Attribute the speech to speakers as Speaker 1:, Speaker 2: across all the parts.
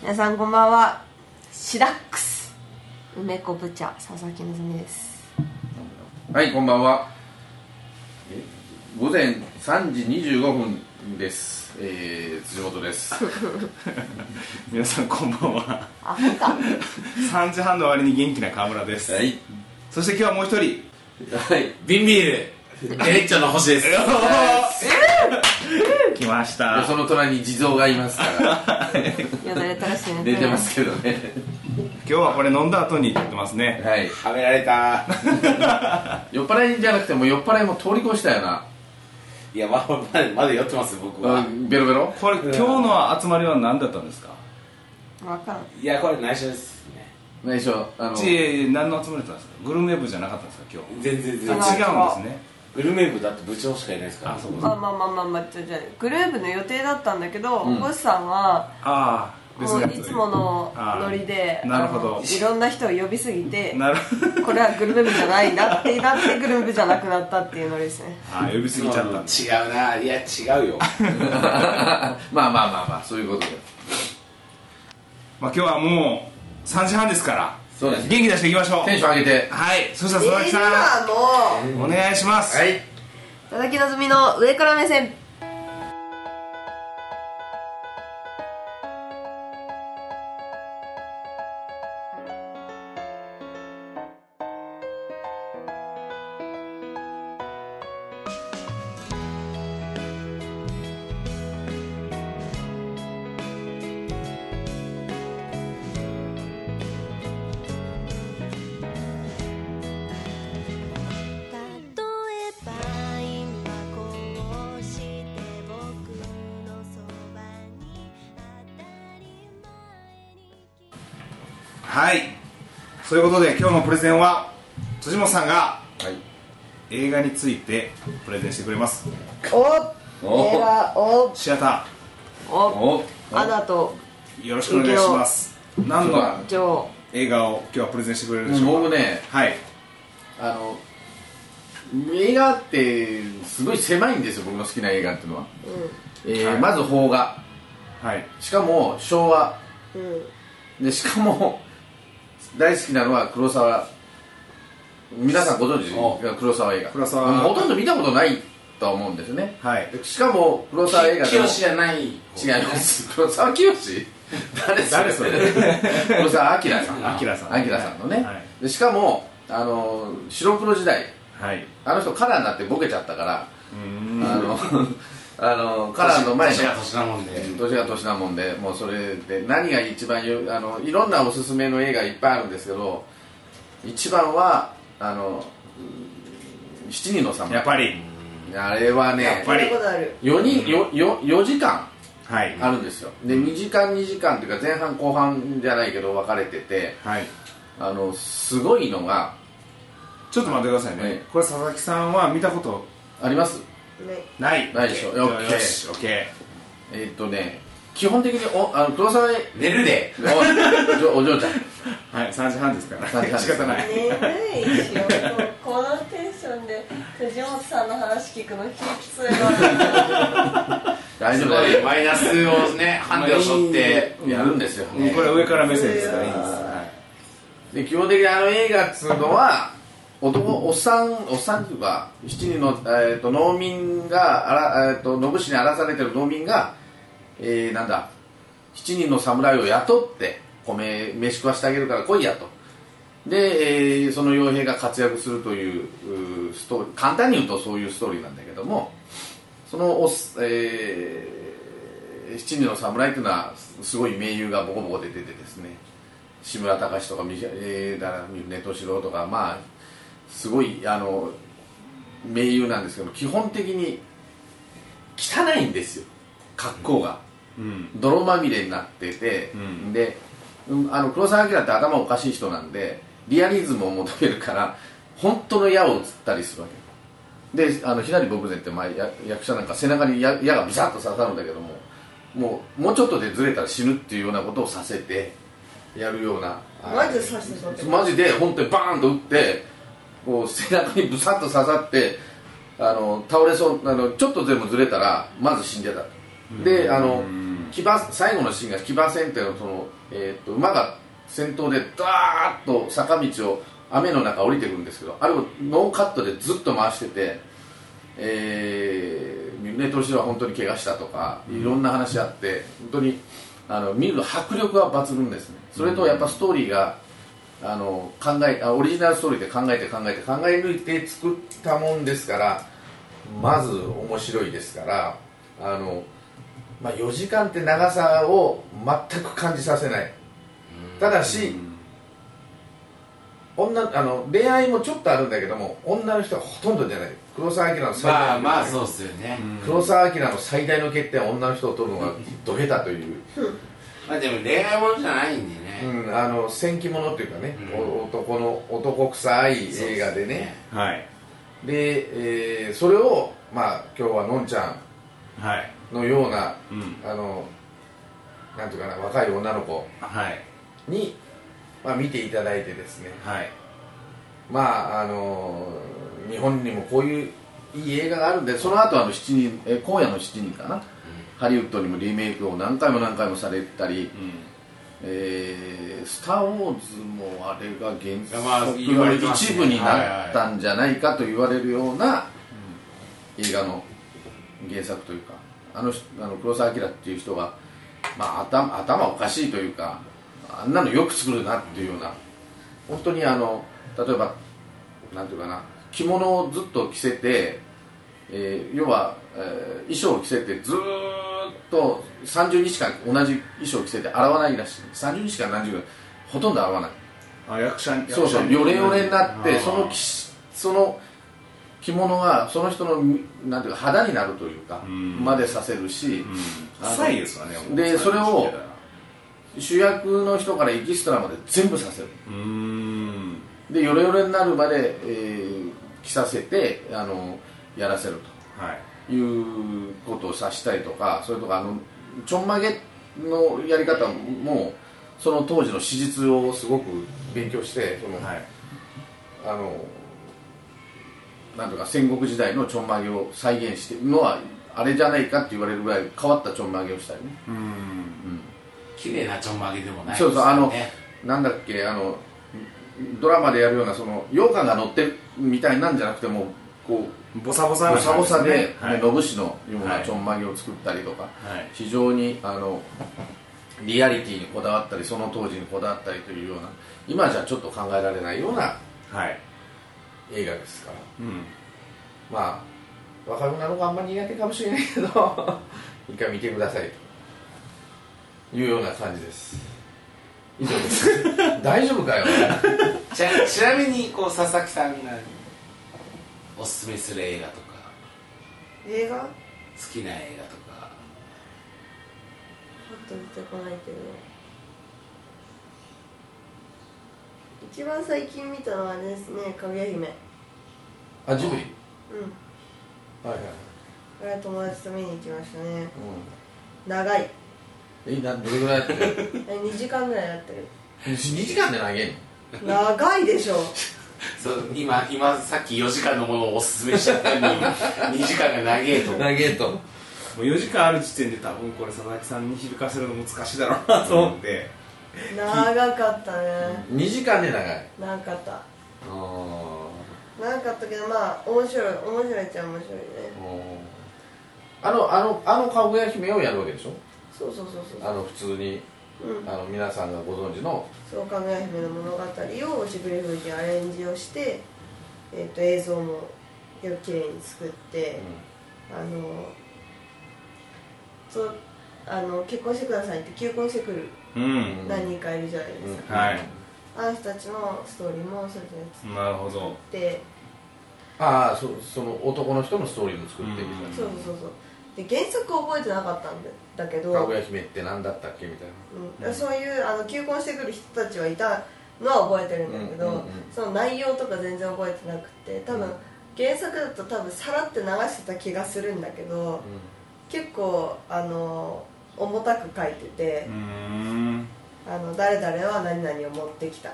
Speaker 1: 皆さんこんばんはシダックス梅子部茶佐々木希です
Speaker 2: はい、こんばんは。え午前3時25分です。えー、辻元です。
Speaker 3: 皆さんこんばんは
Speaker 1: あほんか
Speaker 3: 3時半の割に元気な川村です、
Speaker 2: はい。
Speaker 3: そして今日はもう一人
Speaker 2: はい。
Speaker 4: ビンビール、エレッチョの星です。
Speaker 3: 来まし
Speaker 2: で
Speaker 3: た
Speaker 2: その隣に地蔵がいますから、
Speaker 1: よだれ垂らして寝
Speaker 2: 寝てますけどね。
Speaker 3: 今日はこれ飲んだ後に言ってますね
Speaker 2: はい。
Speaker 4: はめられた。
Speaker 2: 酔っ払いじゃなくてもう酔っ払いも通り越したよない
Speaker 4: や、まだ、まだ、まだ酔ってます、僕。
Speaker 2: あ
Speaker 4: は。
Speaker 2: ベロベロ
Speaker 3: これ今日の集まりは何だったんですか
Speaker 1: わからん
Speaker 4: いや、これ内緒ですね。
Speaker 2: 内緒、あの、
Speaker 3: ち何の集まりだったんですかグルメ部じゃなかったんですか今
Speaker 4: 全然、
Speaker 1: あ
Speaker 4: 全然
Speaker 1: の。
Speaker 3: 日違うんですね
Speaker 4: グルメ部だって部長しかいないですから。
Speaker 3: あそうか
Speaker 1: まあまあまあまあまあじゃあじゃあグループの予定だったんだけど、
Speaker 2: うん
Speaker 1: 星さんは
Speaker 3: ああ
Speaker 1: もういつものノリで
Speaker 3: あーなるほど
Speaker 1: あのいろんな人を呼びすぎて
Speaker 3: なる
Speaker 1: これはグルメ部じゃないなってなってグルメ部じゃなくなったっていうノリですね
Speaker 3: ああ呼びすぎちゃったんです
Speaker 4: 違うな、いや、違うよ。
Speaker 2: まあまあまあまあ、そういうことで。
Speaker 3: まあ今日はもう3時半ですから
Speaker 2: そうです
Speaker 3: 元気出していきましょう
Speaker 2: テンション上げて。
Speaker 3: はいそしたら
Speaker 1: 今
Speaker 3: 佐々木さ
Speaker 1: はもうん
Speaker 3: お願いします、
Speaker 2: はい。
Speaker 1: 佐々木希の上から目線
Speaker 5: 例えば今こうして僕のそばに当たり前に
Speaker 3: はいそういうことで今日のプレゼンは辻本さんが
Speaker 2: はい。
Speaker 3: 映画についてプレゼンしてくれます
Speaker 1: お
Speaker 2: お
Speaker 1: 映画お
Speaker 3: シアタ
Speaker 1: お
Speaker 2: お
Speaker 1: アナと
Speaker 3: ーよろしくお願いします何の
Speaker 1: ジョ
Speaker 3: 映画を今日はプレゼンしてくれるでしょうか、
Speaker 2: 僕ね、
Speaker 3: はい
Speaker 2: あの、映画って、すごい狭いんですよ、僕の好きな映画っていうのは。
Speaker 1: ーうん
Speaker 2: えー
Speaker 3: はい
Speaker 2: まず邦画。
Speaker 3: はい
Speaker 2: しかも昭和
Speaker 1: うん
Speaker 2: でしかも大好きなのは黒沢皆さんご存知黒沢映画
Speaker 3: 黒沢
Speaker 2: ほとんど見たことないとは思うんですよね
Speaker 3: はい
Speaker 2: しかも黒沢映画で
Speaker 4: 清
Speaker 2: も
Speaker 4: じゃない。違い
Speaker 2: 違いま。す黒沢清誰それ
Speaker 3: 誰それ
Speaker 2: 黒沢明さん
Speaker 3: あきらさん
Speaker 2: 明さんのね、
Speaker 3: はい
Speaker 2: でしかもあの白黒時代
Speaker 3: はい
Speaker 2: あの人カラーになってボケちゃったから、
Speaker 3: うーん
Speaker 2: あの あのカラーの前の
Speaker 4: 年が年なもんで。
Speaker 2: 年が年なもんでもうそれで何が一番よあのいろんなおすすめの映画いっぱいあるんですけど一番はあのうん七人の侍
Speaker 3: やっぱり
Speaker 2: あれはね
Speaker 3: っぱり
Speaker 1: 見たことある
Speaker 2: 4, 人よよ4時間
Speaker 3: はい
Speaker 2: あるんですよで2時間2時間っていうか前半後半じゃないけど分かれてて
Speaker 3: はい
Speaker 2: あのすごいのが
Speaker 3: ちょっと待ってくださいね、
Speaker 2: はい
Speaker 3: これ佐々木さんは見たこと
Speaker 2: あります
Speaker 1: ね
Speaker 3: ない
Speaker 2: ないでしょ
Speaker 3: よ
Speaker 2: オッケー
Speaker 3: しオッケ
Speaker 2: えーっとね基本的におあの黒沢へ
Speaker 4: 寝るで。
Speaker 2: おお嬢 ちゃん
Speaker 3: ーはい3時半ですか
Speaker 2: 3
Speaker 3: ら
Speaker 2: 時半です
Speaker 3: 仕方ない、
Speaker 1: えいしよこのテンションで藤本さんの話聞くのきついわ
Speaker 2: 大
Speaker 4: す
Speaker 2: 丈夫
Speaker 4: ご
Speaker 2: だ
Speaker 4: い
Speaker 2: よ
Speaker 4: マイナスをね、ハンデを背負って。
Speaker 2: やるんですよ
Speaker 3: うんこれ上から目線ですからいいんです、はい
Speaker 2: で基本的にあの映画っつうのは男おっさんおっさんっていうか七人の、えー、と農民があら、えー、と野武士に荒らされてる農民が、えーなんだ七人の侍を雇って米飯食わしてあげるから来いやとで、えーその傭兵が活躍するといううーストーリー簡単に言うとそういうストーリーなんだけどもそのおっ、えー七人の侍っていうのはすごい名優がボコボコで出てですね志村隆とか三島えーだから三船敏郎とかまあすごいあの名優なんですけど基本的に汚いんですよ格好が
Speaker 3: うん
Speaker 2: 泥まみれになってて、
Speaker 3: うん
Speaker 2: で、うんあの黒澤明って頭おかしい人なんでリアリズムを求めるから本当の矢をつったりするわけであの左牧前って、まあ、や役者なんか背中に矢矢がビシャッと刺さるんだけどももうもうちょっとでずれたら死ぬっていうようなことをさせてやるようなあの
Speaker 1: マジで刺してしまって
Speaker 2: マジで本当にバーンと打ってこう背中にブサッと刺さってあの倒れそうあのちょっとでもずれたらまず死んでたとであの
Speaker 3: うん
Speaker 2: 騎馬最後のシーンが騎馬戦っていうのその、えー、と馬が先頭でダーッと坂道を雨の中降りてくるんですけどあれをノーカットでずっと回してて、えー、ミルネトシは本当に怪我したとかいろんな話あって本当にあの見るの迫力は抜群ですねそれとやっぱストーリーがあの考えあオリジナルストーリーで考えて考えて考え抜いて作ったもんですからまず面白いですからあの、まあ、4時間って長さを全く感じさせないただし、女あの恋愛もちょっとあるんだけども女の人はほとんどじゃない黒澤明の最
Speaker 4: まあ
Speaker 2: 大の、
Speaker 4: まあそうっすよね、
Speaker 2: 黒澤明の最大の欠点は女の人を取るのがど下手という、
Speaker 4: まあでも恋愛ものじゃないんでね、
Speaker 2: うん、あの戦記ものっていうかね、
Speaker 4: うん
Speaker 2: お男の男臭い映画でね
Speaker 3: はい
Speaker 2: で、えーそれを、まあ、今日はのんちゃ
Speaker 3: はい
Speaker 2: んのような、
Speaker 3: うん
Speaker 2: あのなんていうかな若い女の子
Speaker 3: はい
Speaker 2: に、まあ、見ていただいてですね
Speaker 3: はい
Speaker 2: まああの日本にもこういういい映画があるんでその後あの7人、えー今夜の7人かな、ハリウッドにもリメイクを何回も何回もされたり「えースター・ウォーズ」もあれが
Speaker 4: まあ
Speaker 2: 原作
Speaker 4: 言わ
Speaker 2: の
Speaker 4: れてますね
Speaker 2: 一部になったんじゃないかと言われるような映画の原作というかあの人あの黒澤明っていう人は、まあ、頭頭おかしいというかあんなのよく作るなっていうような本当にあの例えばなんていうかな着物をずっと着せて、えー要は、えー衣装を着せてずーっと30日間同じ衣装を着せて洗わないらしい30日間何十ほとんど洗わない
Speaker 3: あ役者
Speaker 2: そうそ
Speaker 3: 役者
Speaker 2: うヨレヨレになって
Speaker 3: あー
Speaker 2: そのきその着物がその人のなんていうか肌になるというか、
Speaker 3: ん
Speaker 2: までさせるし、
Speaker 3: うん
Speaker 2: あの
Speaker 3: 臭いですわねもう
Speaker 2: でそれを主役の人からエキストラまで全部させる
Speaker 3: うーん
Speaker 2: でヨレヨレになるまで、えー着させてあのやらせる
Speaker 3: はい
Speaker 2: ということをさしたりとかそれとかあのちょんまげのやり方もその当時の史実をすごく勉強してその、
Speaker 3: はい
Speaker 2: あのなんとか戦国時代のちょんまげを再現してるのはあれじゃないかって言われるぐらい変わったちょんまげをしたりね
Speaker 3: うーん
Speaker 4: 綺麗なちょんまげでもないです
Speaker 2: そ
Speaker 4: よ
Speaker 2: うそうあの
Speaker 4: ね
Speaker 2: なんだっけあのドラマでやるようなその羊羹が乗ってるみたいなんじゃなくてもうこう
Speaker 3: ボサボサな
Speaker 2: ボ
Speaker 3: 感じ
Speaker 2: サボサで
Speaker 3: はい
Speaker 2: ね野武士のよう
Speaker 3: は
Speaker 2: ないちょんまげを作ったりとか、
Speaker 3: はい
Speaker 2: 非常にあのリアリティにこだわったりその当時にこだわったりというような今じゃちょっと考えられないような
Speaker 3: はい
Speaker 2: 映画ですから
Speaker 3: うん
Speaker 2: まあ若者の方があんまり苦手かもしれないけど 一回見てくださいというような感じです以上です 大丈夫かよ
Speaker 4: ちなちなみにこう佐々木さんがおすすめする映画とか
Speaker 1: 映画パ
Speaker 4: 好きな映画とか
Speaker 1: ッと出てこないけど一番最近見たのはあれですね「かぐや姫」
Speaker 2: あジブリ
Speaker 1: うん
Speaker 2: はいはい、
Speaker 1: これは友達と見に行きましたね
Speaker 2: う
Speaker 1: 長い
Speaker 2: ん、えなどれぐらいやってる
Speaker 1: あれ2時間ぐらいやってる
Speaker 2: 2時間で投げんの
Speaker 1: 長いでしょ
Speaker 4: そう今今さっき4時間のものをおすすめしちゃったのに2 時間が長えと思う
Speaker 2: 投げと
Speaker 3: もう4時間ある時点で多分これ佐々木さんに響かせるの難しいだろうなと思って、
Speaker 1: 長かったね
Speaker 2: 2時間で長い
Speaker 1: 長かった
Speaker 2: あー
Speaker 1: 長かったけどまあ面白い面白いっちゃ面白いね
Speaker 2: あのあのあのかぐや姫をやるわけでしょ
Speaker 1: そうそうそうそう
Speaker 2: あの普通に
Speaker 1: うん
Speaker 2: あの皆さんがご存知の
Speaker 1: そうかぐや姫の物語をしぐれ風にアレンジをして、えっと映像もよく綺麗に作って、あのそうあの結婚してくださいって求婚してくる
Speaker 3: うん
Speaker 1: 何人かいるじゃないですか、
Speaker 3: はい
Speaker 1: あの人たちのストーリーもそれで
Speaker 3: なるほど
Speaker 1: 作って、
Speaker 2: ああそその男の人のストーリーも作ってる
Speaker 3: うん
Speaker 1: そうそうそうそうで原作を覚えてなかったんだだけど
Speaker 2: かぐや姫って何だったっけみたいな
Speaker 1: うん、そういうあの求婚してくる人たちはいたのは覚えてるんだけど、
Speaker 2: うんうんうん
Speaker 1: その内容とか全然覚えてなくて多分
Speaker 2: うん
Speaker 1: 原作だと多分さらって流してた気がするんだけど結構あの重たく書いてて
Speaker 3: うー、ん
Speaker 1: あの誰々は何々を持ってきた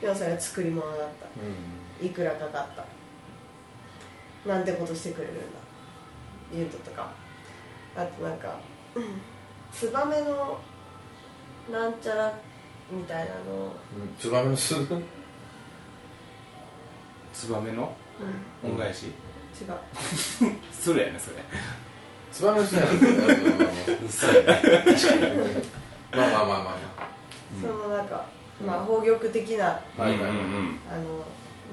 Speaker 1: でもそれは作り物だったいくらかかったなんてことしてくれるんだ言うととかあとなんかうんツバメのなんちゃらみたいなの
Speaker 2: ツバメの巣うん
Speaker 3: ツバメの
Speaker 1: う
Speaker 3: 恩返し、
Speaker 1: 違う
Speaker 3: それやねそれ
Speaker 2: ツバメの巣じゃない
Speaker 4: そうやね
Speaker 2: まあまあまあま
Speaker 1: そのなんか、まあ、宝玉的な
Speaker 2: あまあはいはい
Speaker 3: ん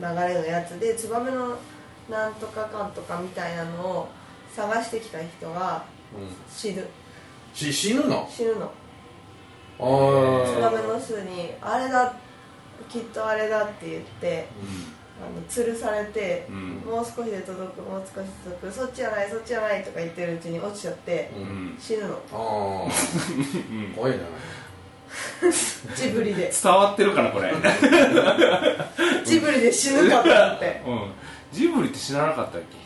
Speaker 1: あの流れのやつでツバメのなんとかかんとかみたいなのを探してきた人が死ぬ
Speaker 2: し死ぬの
Speaker 1: 死ぬの
Speaker 2: あ
Speaker 1: ツバ
Speaker 2: ー
Speaker 1: メの巣に「あれだきっとあれだ」って言ってあの吊るされて、
Speaker 3: うん
Speaker 1: もう少しで届くもう少しで届くそっちじゃないそっちじゃないとか言ってるうちに落ちちゃって
Speaker 2: う
Speaker 3: うんん
Speaker 1: 死ぬの
Speaker 2: ああ怖いな
Speaker 1: ジブリ で
Speaker 3: 伝わってるかな これう
Speaker 1: ジブリで死ぬかと思 って
Speaker 3: んジブリって知らなかったっけ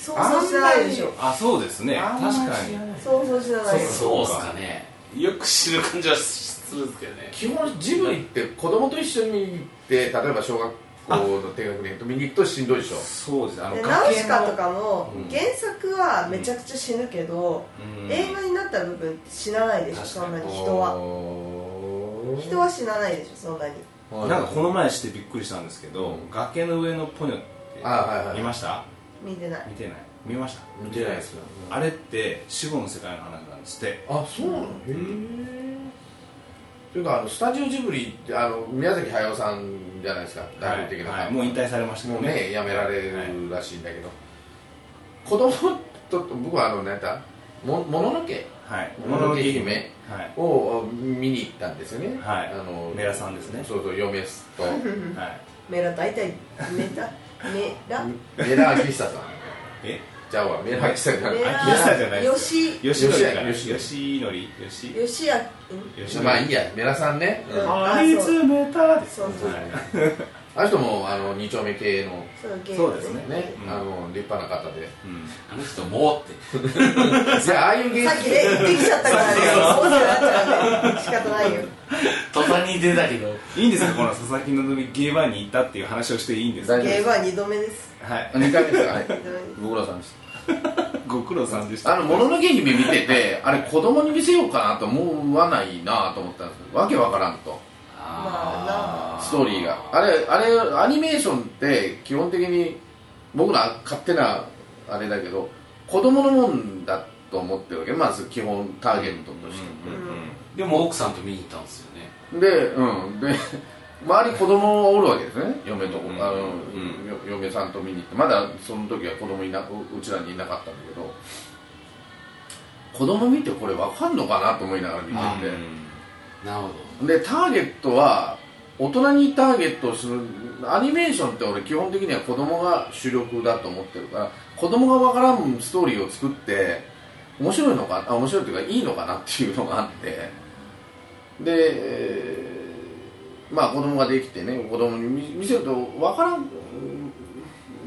Speaker 3: 人
Speaker 1: 想像してないでしょ
Speaker 3: あそうですね
Speaker 2: あ
Speaker 3: 確
Speaker 2: んまり
Speaker 3: か
Speaker 2: 知
Speaker 3: に
Speaker 2: らない
Speaker 1: 想像してないでしょ
Speaker 4: そうっすかねよく死ぬ感じはするんですけどね
Speaker 2: 基本ジブリって子供と一緒に見に行って例えば小学校の低学年と見に行くとしんどいでしょ
Speaker 3: そうですねあの
Speaker 1: で
Speaker 3: 崖の
Speaker 1: ナウシカとかも
Speaker 4: うん
Speaker 1: 原作はめちゃくちゃ死ぬけど、
Speaker 3: うん
Speaker 1: 映画になった部分って死なないでしょそんなに人は人は死なないでしょそんなに
Speaker 3: なんかこの前してびっくりしたんですけど、
Speaker 2: うん
Speaker 3: 崖の上のポニョって
Speaker 2: あはいはい
Speaker 3: 見ました
Speaker 1: 見てない
Speaker 3: 見てない見ました
Speaker 2: 見てないですよ
Speaker 3: あれって死後の世界の話なんですって
Speaker 2: あそうなのへえというかあのスタジオジブリってあの宮崎駿さんじゃないですか代表的な、
Speaker 3: はいはいもう引退されましたけ
Speaker 2: も
Speaker 3: ど
Speaker 2: うねやめられ
Speaker 3: はい
Speaker 2: るらしいんだけど、子供と僕はあのなんかももののけ
Speaker 3: はい
Speaker 2: もののけ姫
Speaker 3: はい
Speaker 2: を見に行ったんですよね
Speaker 3: はい
Speaker 2: あの
Speaker 3: メラさんですね
Speaker 2: そうそう嫁すと
Speaker 3: はい
Speaker 1: メラ大体メタメラ
Speaker 2: メラアキヒサさん
Speaker 3: え
Speaker 2: じゃあわメラアキヒサじゃない
Speaker 1: メラ
Speaker 3: あ吉田じゃないです
Speaker 1: 吉
Speaker 3: 吉野だから
Speaker 2: 吉野
Speaker 3: 吉野吉野
Speaker 1: 吉やん
Speaker 3: 吉
Speaker 2: まあい
Speaker 3: 野
Speaker 2: いやメラさんね、うん
Speaker 1: うん
Speaker 3: 張り詰めたです
Speaker 1: そうそう
Speaker 3: はい
Speaker 2: あの人もあの二丁目系の
Speaker 1: そうゲーム
Speaker 3: そうですね
Speaker 2: ね、
Speaker 3: うん
Speaker 2: あの立派な方で
Speaker 3: うん
Speaker 4: あの人もうって
Speaker 2: いやああいう芸
Speaker 1: さっきね 言ってきちゃったからねそうなっちゃうね仕方ないよ
Speaker 4: 途端に出たけど
Speaker 3: いいんですかこの佐々木希ゲーバーに行ったっていう話をしていいんですか
Speaker 2: 大
Speaker 3: は
Speaker 2: 丈夫
Speaker 1: ゲームは二度目です
Speaker 3: い
Speaker 2: 2回目ですかはい
Speaker 1: 二度目です
Speaker 2: ご苦労さんです
Speaker 3: ご苦労さんでした
Speaker 2: あの「もののけ姫」見ててあれ子供に見せようかなと思わないなと思ったんですけどわけわからんと
Speaker 1: あ
Speaker 2: ストーリーがあれあれアニメーションって基本的に僕の勝手なあれだけど子供のもんだと思ってるわけまず基本ターゲットとして、
Speaker 3: うんうんうん
Speaker 4: でも奥さんと見に行ったんですよね
Speaker 2: でうんで周り子供がおるわけですね嫁と、
Speaker 3: うん
Speaker 2: あの
Speaker 3: うん
Speaker 2: よ嫁さんと見に行ってまだその時は子供いなううちらにいなかったんだけど子供見てこれわかんのかなと思いながら見てて、
Speaker 4: なるほど
Speaker 2: でターゲットは大人にターゲットをするアニメーションって俺基本的には子供が主力だと思ってるから子供がわからんストーリーを作って面白いのかあ面白いっていうかいいのかなっていうのがあってで、えーまあ子供ができてね子供に見見せるとわからんうん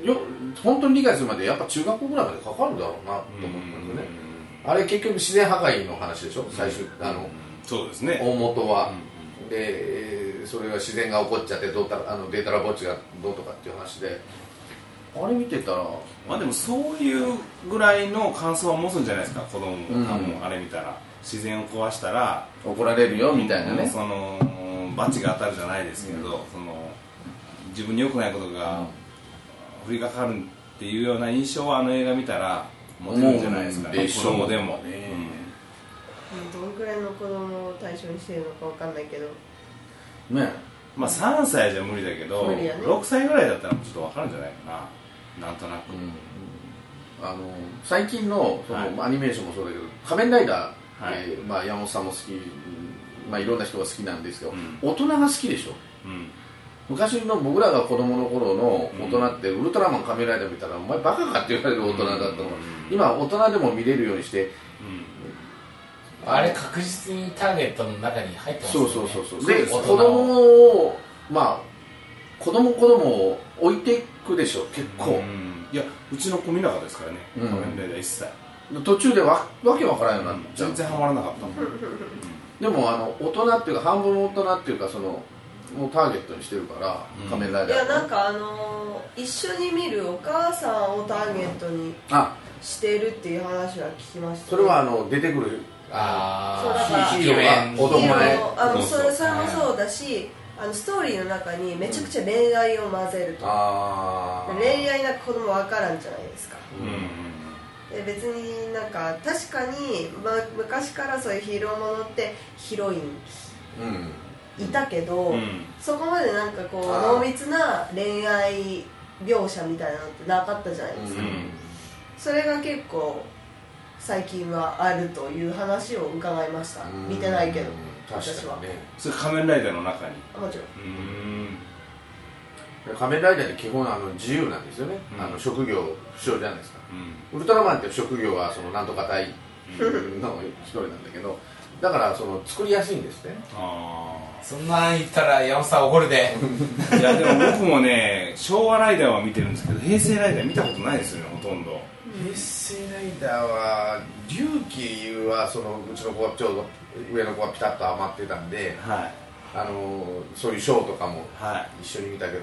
Speaker 2: よ本当に理解するまでやっぱ中学校ぐらいまでかかるだろうなと思ったんですよねあれ結局自然破壊の話でしょ最終あの
Speaker 3: そうですね
Speaker 2: 大元は。
Speaker 3: うん
Speaker 2: でえーそれが自然が起こっちゃってどうたらあのデータラボッチがどうとかっていう話であれ見てたら
Speaker 3: まあでもそういうぐらいの感想は持つんじゃないですか子供も多
Speaker 2: うん
Speaker 3: 分あれ見たら自然を壊したら
Speaker 2: 怒られるよみたいな
Speaker 3: うん
Speaker 2: ね
Speaker 3: その罰が当たるじゃないですけど、その自分に良くないことが降りかかるっていうような印象はあの映画見たら持てるんじゃないですか
Speaker 2: 思う
Speaker 3: ね
Speaker 2: んでし
Speaker 3: 子
Speaker 2: ょう
Speaker 3: 供でも、
Speaker 2: ね
Speaker 1: どんくらいの子供を対象にしてるのかわかんないけど
Speaker 2: ね
Speaker 3: うんまあ3歳じゃ無理だけど、
Speaker 1: 無理やね
Speaker 3: 6歳ぐらいだったらもうちょっと分かるんじゃないかななんとなく、
Speaker 2: あの最近のその、
Speaker 3: はい
Speaker 2: まあアニメーションもそうだけど「仮面ライダー」
Speaker 3: はい
Speaker 2: えーまあ、山本さんも好き、まあ、いろんな人が好きなんですけど、
Speaker 3: うん
Speaker 2: 大人が好きでしょ
Speaker 3: うん
Speaker 2: 昔の僕らが子供の頃の大人って、ウルトラマン仮面ライダー見たらお前バカかって言われる大人だったの、
Speaker 3: うん
Speaker 2: 今大人でも見れるようにして
Speaker 6: あれ確実にターゲットの中に入ってますよ
Speaker 2: そう
Speaker 6: ね
Speaker 2: そうそうそう
Speaker 6: そう
Speaker 2: で
Speaker 6: です
Speaker 2: 子
Speaker 6: よ
Speaker 2: 供をまあ子供子供を置いていくでしょ結
Speaker 3: う
Speaker 2: 構、
Speaker 3: んいやうちの子見なかったですからね、
Speaker 2: うん
Speaker 3: 仮面ライダー一切
Speaker 2: 途中でわわけわからんようになっちゃう、
Speaker 3: 全然ハマらなかったもん、
Speaker 2: でもあの大人っていうか半分大人っていうかそのもうターゲットにしてるから、
Speaker 3: うん
Speaker 2: 仮面ライ
Speaker 1: い
Speaker 2: ダー
Speaker 1: やなんかあのー一緒に見るお母さんをターゲットに
Speaker 2: あ
Speaker 1: してるっていう話は聞きました
Speaker 2: それはあの出てくる
Speaker 1: そうだか
Speaker 6: あ
Speaker 1: ら
Speaker 6: あイケメン
Speaker 2: 男前
Speaker 1: あのそれ
Speaker 3: そう
Speaker 1: それもそうだしあのストーリーの中にめちゃくちゃ恋愛を混ぜると
Speaker 2: ああ
Speaker 1: 恋愛なんか子供わからんじゃないですか
Speaker 3: うんうん
Speaker 1: で別になんか確かに、ま、昔からそういうヒーローものってヒロイン
Speaker 2: うん
Speaker 1: いたけど、
Speaker 3: うんうん
Speaker 1: そこまでなんかこう
Speaker 2: あー
Speaker 1: 濃密な恋愛描写みたいなのってなかったじゃないですか、それが結構最近はあるという話を伺いました
Speaker 2: うん
Speaker 1: 見てないけど
Speaker 2: うん
Speaker 1: 私
Speaker 2: 確
Speaker 1: は
Speaker 2: かにね
Speaker 3: それ仮面ライダーの中に
Speaker 1: あもちろん
Speaker 3: うん
Speaker 2: 仮面ライダーって基本あの自由なんですよね、
Speaker 3: うん
Speaker 2: あの職業不詳じゃないですか
Speaker 3: うん
Speaker 2: ウルトラマンって職業はそのなんとか隊の一人なんだけどだからその作りやすいんですね
Speaker 3: あ
Speaker 6: そんなん言ったら山本さん怒る で
Speaker 3: あいやでも僕もね昭和ライダーは見てるんですけど平成ライダー見たことないですよねほとんど
Speaker 2: 平成ライダーは龍騎はそのうちの子はちょうど上の子はピタッと余ってたんで
Speaker 3: はい
Speaker 2: あのそういうショーとかも
Speaker 3: はい
Speaker 2: 一緒に見たけど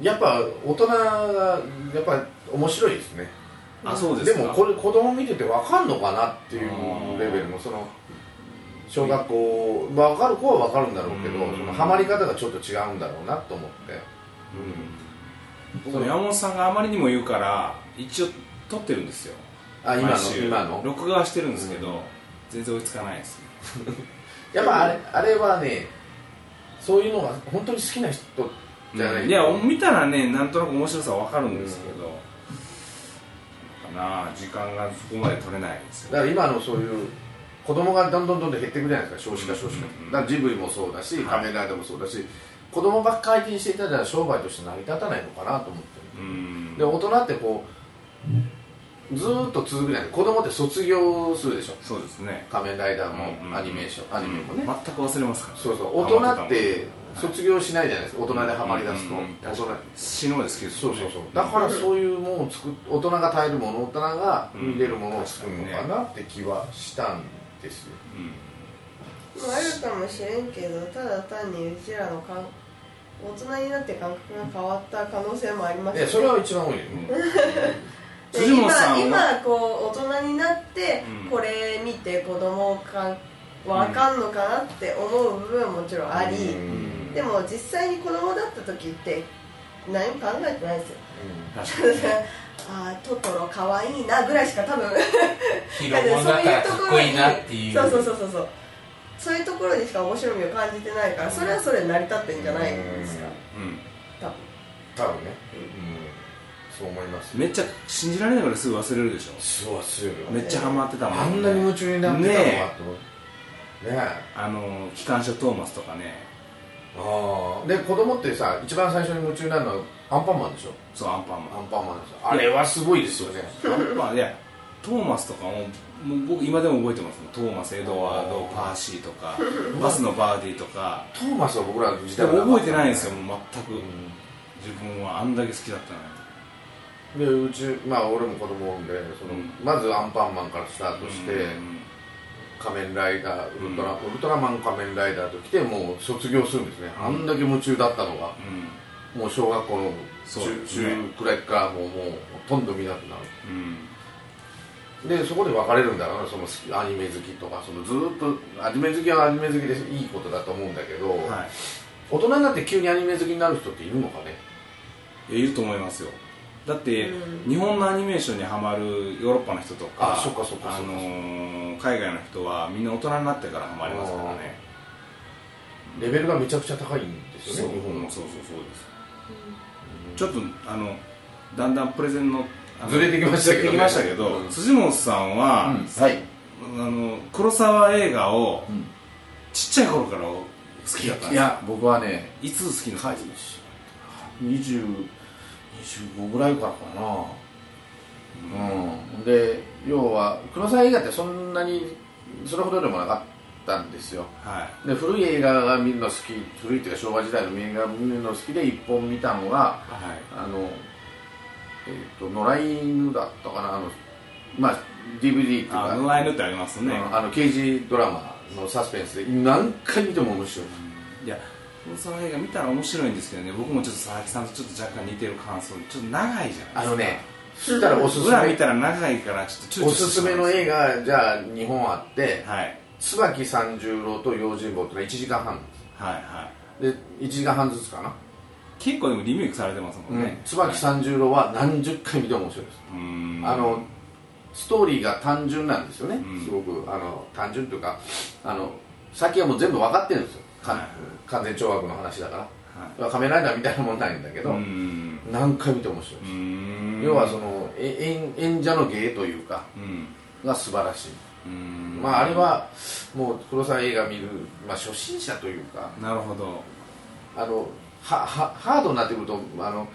Speaker 2: やっぱ大人がやっぱ面白いですね
Speaker 3: あそう
Speaker 2: で
Speaker 3: ですか
Speaker 2: もこれ子供見ててわかんのかなっていうレベルのその小学校まあ分かる子は分かるんだろうけど
Speaker 3: うん
Speaker 2: そのハマり方がちょっと違うんだろうなと思って
Speaker 3: 僕も山本さんがあまりにも言うから一応撮ってるんですよ
Speaker 2: あ今
Speaker 3: 毎
Speaker 2: の
Speaker 3: 週
Speaker 2: 今の
Speaker 3: 録画はしてるんですけど、全然追いつかないですね
Speaker 2: やっぱあれあれはねそういうのが本当に好きな人じゃない、
Speaker 3: うんいや見たらねなんとなく面白さはわかるんですけど、かな時間がそこまで取れないですよ
Speaker 2: だから今のそういう子供がどんどんどんどん減っていくじゃないですか少子化少子化、
Speaker 3: うん
Speaker 2: だからジブリもそうだし、
Speaker 3: はい
Speaker 2: 仮面ライダーもそうだし子供ばっかり相手にしていたら商売として成り立たないのかなと思って
Speaker 3: うん
Speaker 2: で大人ってこうずーっと続くじゃない子供って卒業するでしょ
Speaker 3: そうですね
Speaker 2: 仮面ライダ
Speaker 3: う
Speaker 2: ー
Speaker 3: んうん
Speaker 2: もアニメーション、アニメもね、
Speaker 3: うん全く忘れますから
Speaker 2: そうそう
Speaker 3: ハ
Speaker 2: 大
Speaker 3: マ
Speaker 2: 人
Speaker 3: っ
Speaker 2: ってて
Speaker 3: たもん
Speaker 2: 卒業しないじゃないですか大人で
Speaker 3: はい
Speaker 2: ハマりだすと、
Speaker 3: うんうん
Speaker 2: 大
Speaker 3: 確
Speaker 2: 人
Speaker 3: かに死ぬまで好きです
Speaker 2: そ
Speaker 3: よ
Speaker 2: う
Speaker 3: ね
Speaker 2: そうそうだからそういうものを作っ大人が耐えるもの大人が見れるものを作るのかなって気はしたんですよ、
Speaker 3: うん
Speaker 1: まああるかもしれんけどただ単にうちらの感大人になって感覚が変わった可能性もあります
Speaker 2: えそれは一番多いよ、
Speaker 1: で
Speaker 3: 辻本さんは
Speaker 1: 今今こう大人になって、
Speaker 3: うん
Speaker 1: これ見て子供かわかんのかなって思う部分はもちろんあり、
Speaker 2: うん
Speaker 1: でも実際に子供だった時って何も考えてないですよ
Speaker 3: 確かにね
Speaker 1: あートトロ可愛いなぐらいしか多分
Speaker 6: ヒ ロモンだからかっこいいなっていう
Speaker 1: そうそうそうそうそうそういうところにしか面白みを感じてないからそれはそれで成り立ってんじゃないですか
Speaker 3: うん
Speaker 1: 多分
Speaker 2: 多分ね、そう思います
Speaker 3: めっちゃ信じられないぐらいすぐ忘れるでしょ
Speaker 2: すごいすご
Speaker 3: めっちゃハマってたもん、
Speaker 2: あんなに夢中になってたの
Speaker 3: ね
Speaker 2: かと思ってねえ
Speaker 3: あの機関車トーマスとかね
Speaker 2: ああで子供ってさ一番最初に夢中になるのはアンパンマンでしょ
Speaker 3: そうアンパンマン
Speaker 2: アンパンマンですよあれはすごいですよね
Speaker 3: まあいやトーマスとかももう僕今でも覚えてますもんトーマスエドワードパーシーとかバスのバーディーとか
Speaker 2: トーマスは僕らの時
Speaker 3: で
Speaker 2: 代は
Speaker 3: も
Speaker 2: なかっ
Speaker 3: 覚
Speaker 2: た
Speaker 3: えてないんですよもう全く、
Speaker 2: うん
Speaker 3: 自分はあんだけ好きだったのに
Speaker 2: でうちまあ俺も子供産んでその、
Speaker 3: うん
Speaker 2: まずアンパンマンからスタートして、
Speaker 3: うん
Speaker 2: 仮面ライダーウルトラ、
Speaker 3: う
Speaker 2: ウルトラマン仮面ライダーと来てもう卒業するんですね、あんだけ夢中だったのがもう小学校の
Speaker 3: そう
Speaker 2: 中,、
Speaker 3: ですね
Speaker 2: 中くらいからもうもうほとんど見なくなる
Speaker 3: うんうん
Speaker 2: でそこで別れるんだろうなその好きアニメ好きとかそのずーっとアニメ好きはアニメ好きでいいことだと思うんだけど、
Speaker 3: はい
Speaker 2: 大人になって急にアニメ好きになる人っているのかね
Speaker 3: いやいると思いますよだって、
Speaker 1: う
Speaker 3: 日本のアニメーションにハマるヨーロッパの人とか
Speaker 2: あそっかそっかそっか
Speaker 3: あのー海外の人はみんな大人になってからハマりますからね
Speaker 2: レベルがめちゃくちゃ高いんです
Speaker 3: そう
Speaker 2: よね日本の
Speaker 3: そうそうそうです、ちょっとあのだんだんプレゼンのあの
Speaker 2: ずれてきましたけどね
Speaker 3: ずれてきましたけど
Speaker 2: うん
Speaker 3: 辻本さんは、
Speaker 2: はい
Speaker 3: あの黒沢映画を、
Speaker 2: ん
Speaker 3: ちっちゃい頃から好きだったん
Speaker 2: い
Speaker 3: です
Speaker 2: や僕はね
Speaker 3: いつ好きな
Speaker 2: は
Speaker 3: ん
Speaker 2: い
Speaker 3: ですか、
Speaker 2: 2025ぐらいからかなうん、で要は黒沢映画ってそんなにそれほどでもなかったんですよ
Speaker 3: はい
Speaker 2: で古い映画が見るの好き古いっていうか昭和時代の映画を見るの好きで一本見たのが
Speaker 3: はい
Speaker 2: あのえっ、と野良犬だったかなあのまあ DVD っていう
Speaker 3: あ
Speaker 2: か
Speaker 3: のライヌってありますね、
Speaker 2: あの刑事ドラマのサスペンスで何回見ても面白い
Speaker 3: いや黒沢映画見たら面白いんですけどね僕もちょっと佐々木さんとちょっと若干似てる感想ちょっと長いじゃないですか
Speaker 2: あのねそしたらおすす
Speaker 3: 裏見
Speaker 2: め
Speaker 3: たら長いからちょっと躊躇
Speaker 2: おすすめの映画じゃあ2本あって
Speaker 3: 画はい
Speaker 2: 椿三十郎と用心棒ってのは1時間半
Speaker 3: はいはい
Speaker 2: で1時間半ずつかな、
Speaker 3: 結構でもリメイクされてますもんね、
Speaker 2: 椿三十郎は何十回見ても面白いです、
Speaker 3: うーん
Speaker 2: あのストーリーが単純なんですよね、
Speaker 3: ん
Speaker 2: すごくあの単純というかあの先はもう全部分かってるんですよ、か
Speaker 3: はい
Speaker 2: 完全懲悪の話だから、
Speaker 3: はい
Speaker 2: だから仮面ライダーみたいなもんないんだけど、
Speaker 3: うーん、
Speaker 2: 何回見ても面白いう
Speaker 3: ーん
Speaker 2: 要はそのえ演演者の芸というか
Speaker 3: うん
Speaker 2: が素晴らしい、
Speaker 3: うーん
Speaker 2: まああれはもう黒沢映画見る、まあ、初心者というか
Speaker 3: なるほど
Speaker 2: あのははハードになってくるとあの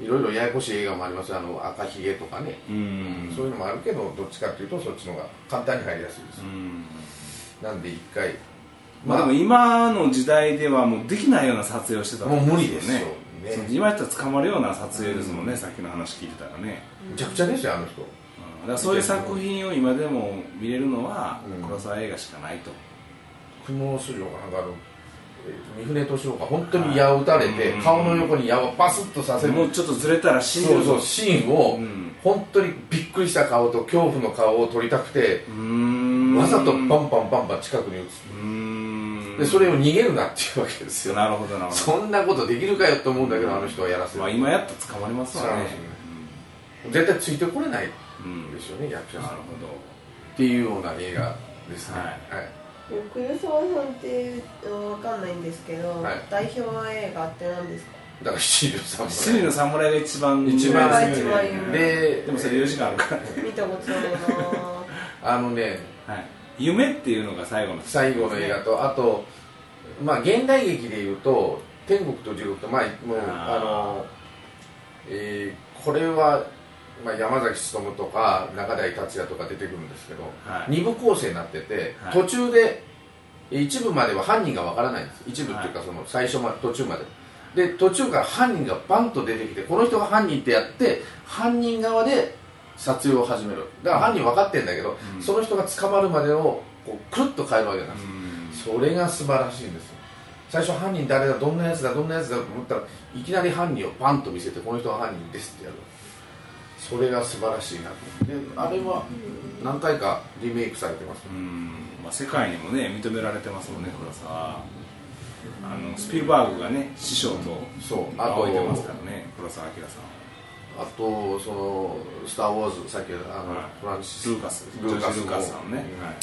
Speaker 2: いろいろややこしい映画もありますよあの赤ひげとかね、
Speaker 3: うーん
Speaker 2: そういうのもあるけどどっちかっていうとそっちの方が簡単に入りやすいです
Speaker 3: うー、ん
Speaker 2: なんで一回
Speaker 3: まあでも今の時代ではもうできないような撮影をしてた
Speaker 2: もう無理で
Speaker 3: よ
Speaker 2: すよね
Speaker 3: その今やったら捕まるような撮影ですもんね、さっきの話聞いてたらね、
Speaker 2: むちゃくちゃですよあの人
Speaker 3: うんだからそういう作品を今でも見れるのは
Speaker 2: うん
Speaker 3: 黒沢映画しかないと、
Speaker 2: 苦悩するようななんかあのえー三船敏郎が本当に矢を打たれて、
Speaker 3: うん
Speaker 2: 顔の横に矢をパスッとさせる
Speaker 3: もうちょっとずれたら死んで
Speaker 2: そう
Speaker 3: る
Speaker 2: そ
Speaker 3: ぞ
Speaker 2: うシーンを、
Speaker 3: うん
Speaker 2: 本当にびっくりした顔と恐怖の顔を撮りたくて
Speaker 3: うーん
Speaker 2: わざとバン
Speaker 3: う
Speaker 2: バンバンバン近くに打つ
Speaker 3: ーん
Speaker 2: でそれを逃げるなっていうわけですよ
Speaker 3: なるほどなるほ
Speaker 2: そんなことできるかよと思うんだけどあの人はやらせ
Speaker 3: ど、
Speaker 2: る、
Speaker 3: まあ、今やったら捕まりますわね
Speaker 2: 絶対ついてこれないで
Speaker 3: うん、うんなる
Speaker 2: しょうね役者
Speaker 3: ほ
Speaker 2: さんっていうような映画ですね
Speaker 3: は
Speaker 1: 黒沢さんってわかんないんですけど、
Speaker 2: はい
Speaker 1: 代表映画って何ですか
Speaker 2: だから七郎さん
Speaker 3: ど
Speaker 2: も
Speaker 3: 七人の侍が一番
Speaker 2: 一番
Speaker 1: 強い
Speaker 3: 強いよね
Speaker 2: で
Speaker 3: でもそれ4時間あるからね、
Speaker 1: 見たこ とないなぁ
Speaker 2: あのね
Speaker 3: はい、夢っていうのが最後の
Speaker 2: 最後の映画とあとまあ現代劇でいうと「天国と地獄」とまあもうあ
Speaker 3: あー
Speaker 2: の、えーこれは、まあ、山崎努とか中台達也とか出てくるんですけど、
Speaker 3: はい
Speaker 2: 二部構成になってて、
Speaker 3: はい
Speaker 2: 途中で一部までは犯人がわからないんです一部っていうかその最初まで途中までで途中から犯人がバンと出てきてこの人が犯人ってやって犯人側で撮影を始めるだから犯人分かってんだけど、
Speaker 3: うん
Speaker 2: その人が捕まるまでをこうくるっと変えるわけなんです、
Speaker 3: うん
Speaker 2: それが素晴らしいんですよ最初犯人誰だどんなやつだどんなやつだと思ったらいきなり犯人をバンと見せてこの人が犯人ですってやるそれが素晴らしいなとであれは何回かリメイクされてます
Speaker 3: うんまあ、世界にもね認められてますもんね黒沢あのスピルバーグがね師匠と
Speaker 2: そうあと
Speaker 3: 仰いでますからね黒沢明さん
Speaker 2: あ
Speaker 3: は
Speaker 2: とその「スター・ウォーズ」さっきあの、
Speaker 3: はい
Speaker 2: フランシス・
Speaker 3: ルーカス
Speaker 2: ルーカス
Speaker 3: ジョージルーカスさんね、
Speaker 2: うん
Speaker 3: はい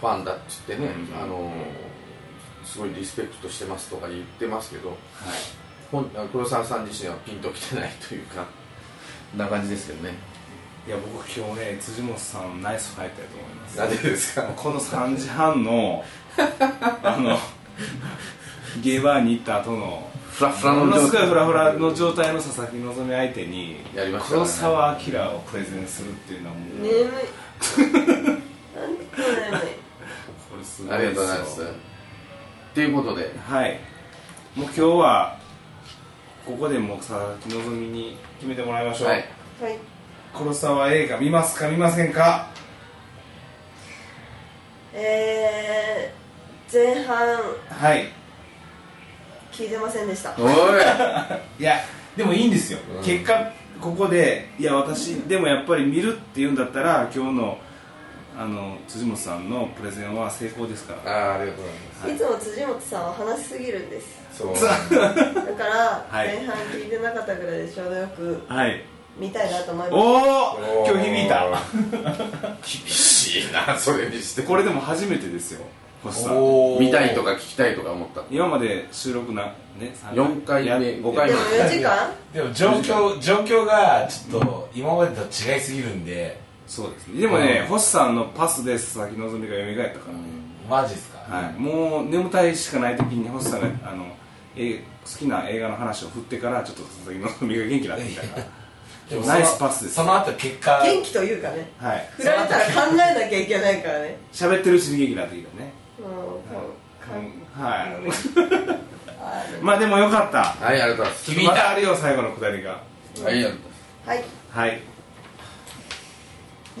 Speaker 2: ファンだっつってね、
Speaker 3: うん
Speaker 2: あのすごいリスペクトしてますとか言ってますけど本黒沢さん自身はピンときてないというかな感じですけどね
Speaker 3: いや僕今日ね辻元さんナイス入ったやと思います
Speaker 2: なぜですか
Speaker 3: この3時半 のあのゲーバーに行った後の
Speaker 2: フラフラの
Speaker 3: ものすごいフラフラの
Speaker 2: 状
Speaker 3: 状態の佐々木希相手に
Speaker 2: やりましたね
Speaker 3: 黒沢明をプレゼンするっていうのはもう、
Speaker 1: 眠いなんで眠い
Speaker 3: これすごい
Speaker 2: 態ありがとうございますということで
Speaker 3: はいもう今日はここでもう佐々木希に決めてもらいましょう、
Speaker 2: はい
Speaker 1: はい
Speaker 3: 黒沢映画見ますか見ませんか
Speaker 1: えー、前半
Speaker 3: はい
Speaker 1: 聞いてませんでした
Speaker 2: おい
Speaker 3: いやでもいいんですよ、
Speaker 2: うん
Speaker 3: 結果ここでいや私でもやっぱり見るっていうんだったら今日のあの辻本さんのプレゼンは成功ですか
Speaker 2: あ
Speaker 3: ら
Speaker 2: ーありがとうございま
Speaker 3: はい
Speaker 1: いつも辻元さんは話しすぎるんです
Speaker 2: すそう
Speaker 1: だから
Speaker 3: はい
Speaker 1: 前半聞いてなかったぐらいでちょうどよく
Speaker 3: はい
Speaker 1: 見たいなと思いま
Speaker 3: おお今日響いた
Speaker 2: お厳しいなそれにして
Speaker 3: これでも初めてですよ星さん
Speaker 2: お見たいとか聞きたいとか思った
Speaker 3: 今まで収録なね三
Speaker 2: 四回目
Speaker 3: やって
Speaker 2: 五
Speaker 1: す
Speaker 2: 回
Speaker 1: で
Speaker 2: 目
Speaker 1: も4時間
Speaker 6: でも状況状況がちょっと今までと違いすぎるんで
Speaker 3: そうですねでもね星さんのパスで佐々木希が蘇ったからね、
Speaker 6: マジですか、
Speaker 3: はい、もう眠たいしかない時に星さんがあの、え好きな映画の話を振ってからちょっと佐々木希が元気になってきたから
Speaker 6: でも
Speaker 3: ナイスパスです
Speaker 6: その後結果
Speaker 1: 元気というかね
Speaker 3: はい
Speaker 1: 振られたら考えなきゃいけないからね
Speaker 3: 喋ってるうちに元気になってきたね
Speaker 1: もう
Speaker 3: はい、
Speaker 1: あー
Speaker 3: まあでもよかった
Speaker 2: はいありがとうございます
Speaker 6: 響い
Speaker 3: また
Speaker 6: た
Speaker 3: あるよ最後のくだりが
Speaker 2: はいありがとうございます
Speaker 1: はい
Speaker 3: はい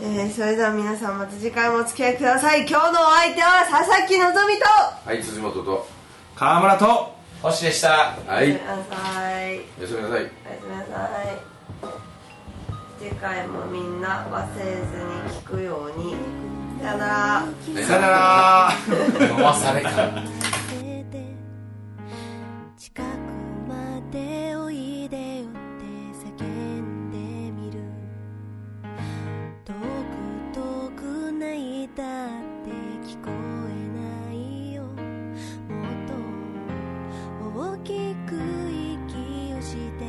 Speaker 1: えー、それでは皆さんまた次回もお付き合いください今日のお相手は佐々木希と
Speaker 2: はい、辻元と。
Speaker 3: 河村と
Speaker 6: 星で した
Speaker 2: は
Speaker 1: おや
Speaker 2: い、
Speaker 1: すみなさい
Speaker 2: おやすみなさ
Speaker 1: お
Speaker 2: い。
Speaker 1: やすみなさい次回もみんな忘れずに聞くようにさよなら
Speaker 3: さよなら
Speaker 4: 飲まされ感
Speaker 5: 「近くまでおいでよ」って叫んでみる「遠く遠く泣いたって聞こえないよ」「もっと大きく息をして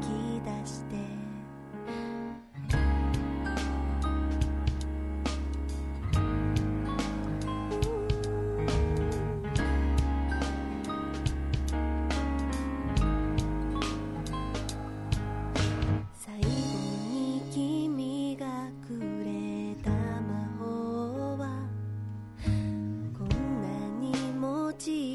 Speaker 5: 吐き出して」最後に君がくれた魔法はこんなにも小